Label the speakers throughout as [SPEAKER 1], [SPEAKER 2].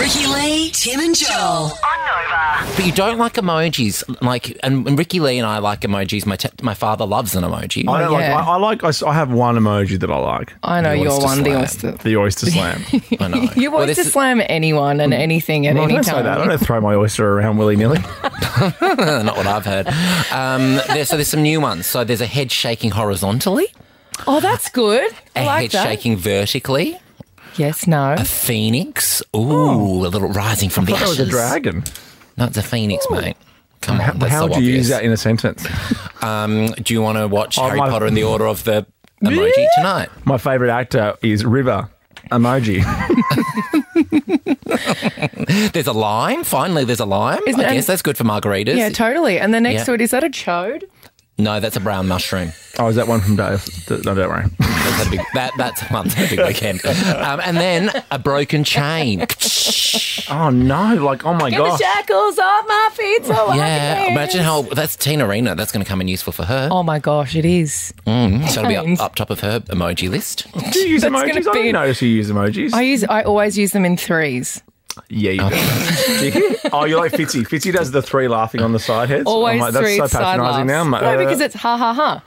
[SPEAKER 1] Jackie, Tim, and Joel.
[SPEAKER 2] But you don't like emojis, like and, and Ricky Lee and I like emojis. My t- my father loves an emoji.
[SPEAKER 3] I don't
[SPEAKER 4] Oh, yeah.
[SPEAKER 3] like. I, I like. I s- I, have one emoji that I like.
[SPEAKER 4] I know
[SPEAKER 3] The
[SPEAKER 4] you're
[SPEAKER 3] oyster
[SPEAKER 4] one, the
[SPEAKER 3] slam.
[SPEAKER 4] oyster.
[SPEAKER 3] The oyster slam.
[SPEAKER 4] I
[SPEAKER 3] know.
[SPEAKER 4] you
[SPEAKER 3] Well,
[SPEAKER 4] oyster
[SPEAKER 3] this is- Mm.
[SPEAKER 4] slam anyone and anything at
[SPEAKER 3] Well, I
[SPEAKER 4] any
[SPEAKER 3] don't say
[SPEAKER 4] time.
[SPEAKER 3] that. I don't throw my oyster around willy nilly.
[SPEAKER 2] Not what I've heard. Um, there, so there's some new ones. So there's a head shaking horizontally,
[SPEAKER 4] Oh, that's good. I
[SPEAKER 2] a
[SPEAKER 4] like
[SPEAKER 2] head
[SPEAKER 4] that.
[SPEAKER 2] shaking vertically,
[SPEAKER 4] Yes, no.
[SPEAKER 2] a phoenix. Ooh, a little rising from the
[SPEAKER 3] That
[SPEAKER 2] ashes.
[SPEAKER 3] was a dragon.
[SPEAKER 2] No, it's a phoenix, mate. Come on,
[SPEAKER 3] How,
[SPEAKER 2] that's
[SPEAKER 3] how
[SPEAKER 2] so
[SPEAKER 3] would you
[SPEAKER 2] obvious.
[SPEAKER 3] use that in a sentence?
[SPEAKER 2] Um, do you want to watch Harry
[SPEAKER 3] my-
[SPEAKER 2] Potter in the Order of the Emoji tonight?
[SPEAKER 3] My favourite actor is River emoji.
[SPEAKER 2] There's a lime. Finally, there's a lime.
[SPEAKER 4] Isn't
[SPEAKER 2] I
[SPEAKER 4] it-
[SPEAKER 2] guess that's good for margaritas.
[SPEAKER 4] yeah, totally. And the next
[SPEAKER 2] Yeah.
[SPEAKER 4] to it is that a chode?
[SPEAKER 2] no, that's a brown mushroom.
[SPEAKER 3] Oh, is that one from Dave? D- No, don't worry.
[SPEAKER 2] That's had a big, that, that's a month, a big weekend. Um, and then a broken chain.
[SPEAKER 3] Oh no! Like, oh my gosh.
[SPEAKER 4] shackles off my feet so
[SPEAKER 2] yeah. Imagine how that's Tina Arena. That's going to come in useful for her.
[SPEAKER 4] Oh my gosh, it is.
[SPEAKER 2] Mm, so it'll be
[SPEAKER 4] chains.
[SPEAKER 2] up, up top of her emoji list.
[SPEAKER 3] Do you use emojis?
[SPEAKER 4] That's gonna
[SPEAKER 3] I
[SPEAKER 4] be
[SPEAKER 3] didn't
[SPEAKER 4] an-
[SPEAKER 3] notice you use emojis.
[SPEAKER 4] I use. I always use them in threes.
[SPEAKER 3] Yeah, you do. oh, you're like Fitzy. Fitzy does the three laughing on the side heads.
[SPEAKER 4] Always
[SPEAKER 3] Oh, I'm like,
[SPEAKER 4] three
[SPEAKER 3] That's so
[SPEAKER 4] side
[SPEAKER 3] patronising
[SPEAKER 4] laughs.
[SPEAKER 3] now. uh, mate.
[SPEAKER 4] no, because it's ha ha ha.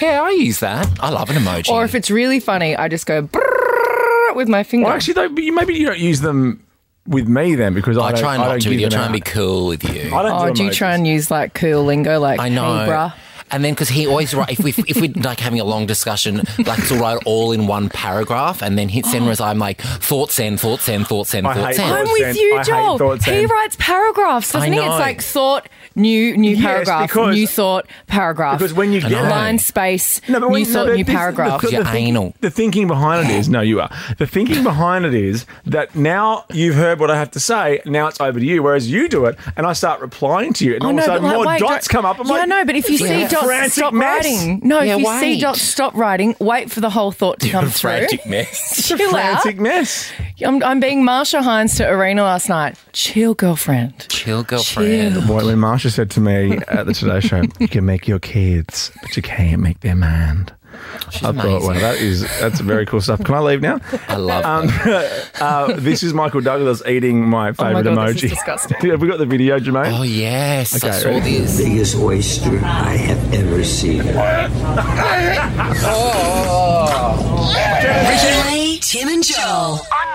[SPEAKER 2] Yeah, I use that. I love an emoji.
[SPEAKER 4] Or if it's really funny, I just go brrrr with my finger.
[SPEAKER 3] Well, actually, though, but you- maybe you don't use them with me then because I,
[SPEAKER 2] I
[SPEAKER 3] don't-
[SPEAKER 2] try
[SPEAKER 3] I
[SPEAKER 2] not
[SPEAKER 3] don't
[SPEAKER 2] to.
[SPEAKER 3] give
[SPEAKER 2] You're
[SPEAKER 3] them
[SPEAKER 2] trying to be
[SPEAKER 3] out.
[SPEAKER 2] cool with you.
[SPEAKER 3] I don't
[SPEAKER 4] oh, do you
[SPEAKER 3] emojis.
[SPEAKER 4] try and use like cool lingo, like
[SPEAKER 2] I know.
[SPEAKER 4] hey, bruh?
[SPEAKER 2] And then because he always write if we if we're like having a long discussion, like he'll write all in one paragraph, and then hit
[SPEAKER 4] Oh.
[SPEAKER 2] send. Whereas I'm like thought send, thought send, thought send,
[SPEAKER 3] I
[SPEAKER 2] thought
[SPEAKER 3] hate
[SPEAKER 2] send.
[SPEAKER 3] thought
[SPEAKER 4] I'm
[SPEAKER 3] Send.
[SPEAKER 4] with
[SPEAKER 3] I
[SPEAKER 4] you,
[SPEAKER 3] hate
[SPEAKER 4] Joel.
[SPEAKER 3] Thought
[SPEAKER 4] He
[SPEAKER 3] Send.
[SPEAKER 4] writes paragraphs, doesn't
[SPEAKER 2] I
[SPEAKER 4] he? It's
[SPEAKER 2] know.
[SPEAKER 4] like thought, new, new
[SPEAKER 3] Yes,
[SPEAKER 4] paragraph,
[SPEAKER 3] because-
[SPEAKER 4] new thought, paragraph.
[SPEAKER 3] Because when you get
[SPEAKER 2] know.
[SPEAKER 4] line space, new
[SPEAKER 3] when- no,
[SPEAKER 4] thought,
[SPEAKER 3] but
[SPEAKER 4] new
[SPEAKER 3] this-
[SPEAKER 4] paragraph.
[SPEAKER 3] The, the,
[SPEAKER 2] You're
[SPEAKER 3] thinking-
[SPEAKER 2] anal.
[SPEAKER 3] the thinking behind it is no, you are. The thinking behind it is that now you've heard what I have to say. Now it's over to you. Whereas you do it, and I start replying to you, and all of a sudden more
[SPEAKER 4] wait,
[SPEAKER 3] dots
[SPEAKER 4] don't-
[SPEAKER 3] come up. I'm
[SPEAKER 4] yeah,
[SPEAKER 3] like,
[SPEAKER 4] no, but if you
[SPEAKER 3] this
[SPEAKER 4] see
[SPEAKER 3] is a
[SPEAKER 4] dots,
[SPEAKER 3] frantic
[SPEAKER 4] stop
[SPEAKER 3] mess.
[SPEAKER 4] writing. No,
[SPEAKER 2] Yeah,
[SPEAKER 4] if you see
[SPEAKER 2] wait.
[SPEAKER 4] dots, stop writing. Wait for the whole thought to come through.
[SPEAKER 2] Frantic mess.
[SPEAKER 4] Chill out.
[SPEAKER 3] Frantic mess.
[SPEAKER 4] I'm, I'm being Marsha Hines to Arena last night. Chill, girlfriend.
[SPEAKER 2] Chill, girlfriend.
[SPEAKER 3] Boy, when Marsha said to me at the Today Show, "You can make your kids, but you can't make their mind," I thought,
[SPEAKER 2] amazing.
[SPEAKER 3] "Wow, that is that's very cool stuff." Can I leave now?
[SPEAKER 2] I love
[SPEAKER 3] Um, uh, this is Michael Douglas eating my favourite
[SPEAKER 4] Oh God,
[SPEAKER 3] emoji.
[SPEAKER 4] this is disgusting.
[SPEAKER 3] Have we got the video, Jermaine?
[SPEAKER 2] Oh yes, I
[SPEAKER 3] Okay,
[SPEAKER 2] saw
[SPEAKER 3] ready?
[SPEAKER 2] this.
[SPEAKER 5] biggest oyster I have ever seen.
[SPEAKER 1] Ricky Lay, Tim, and Joel.
[SPEAKER 6] on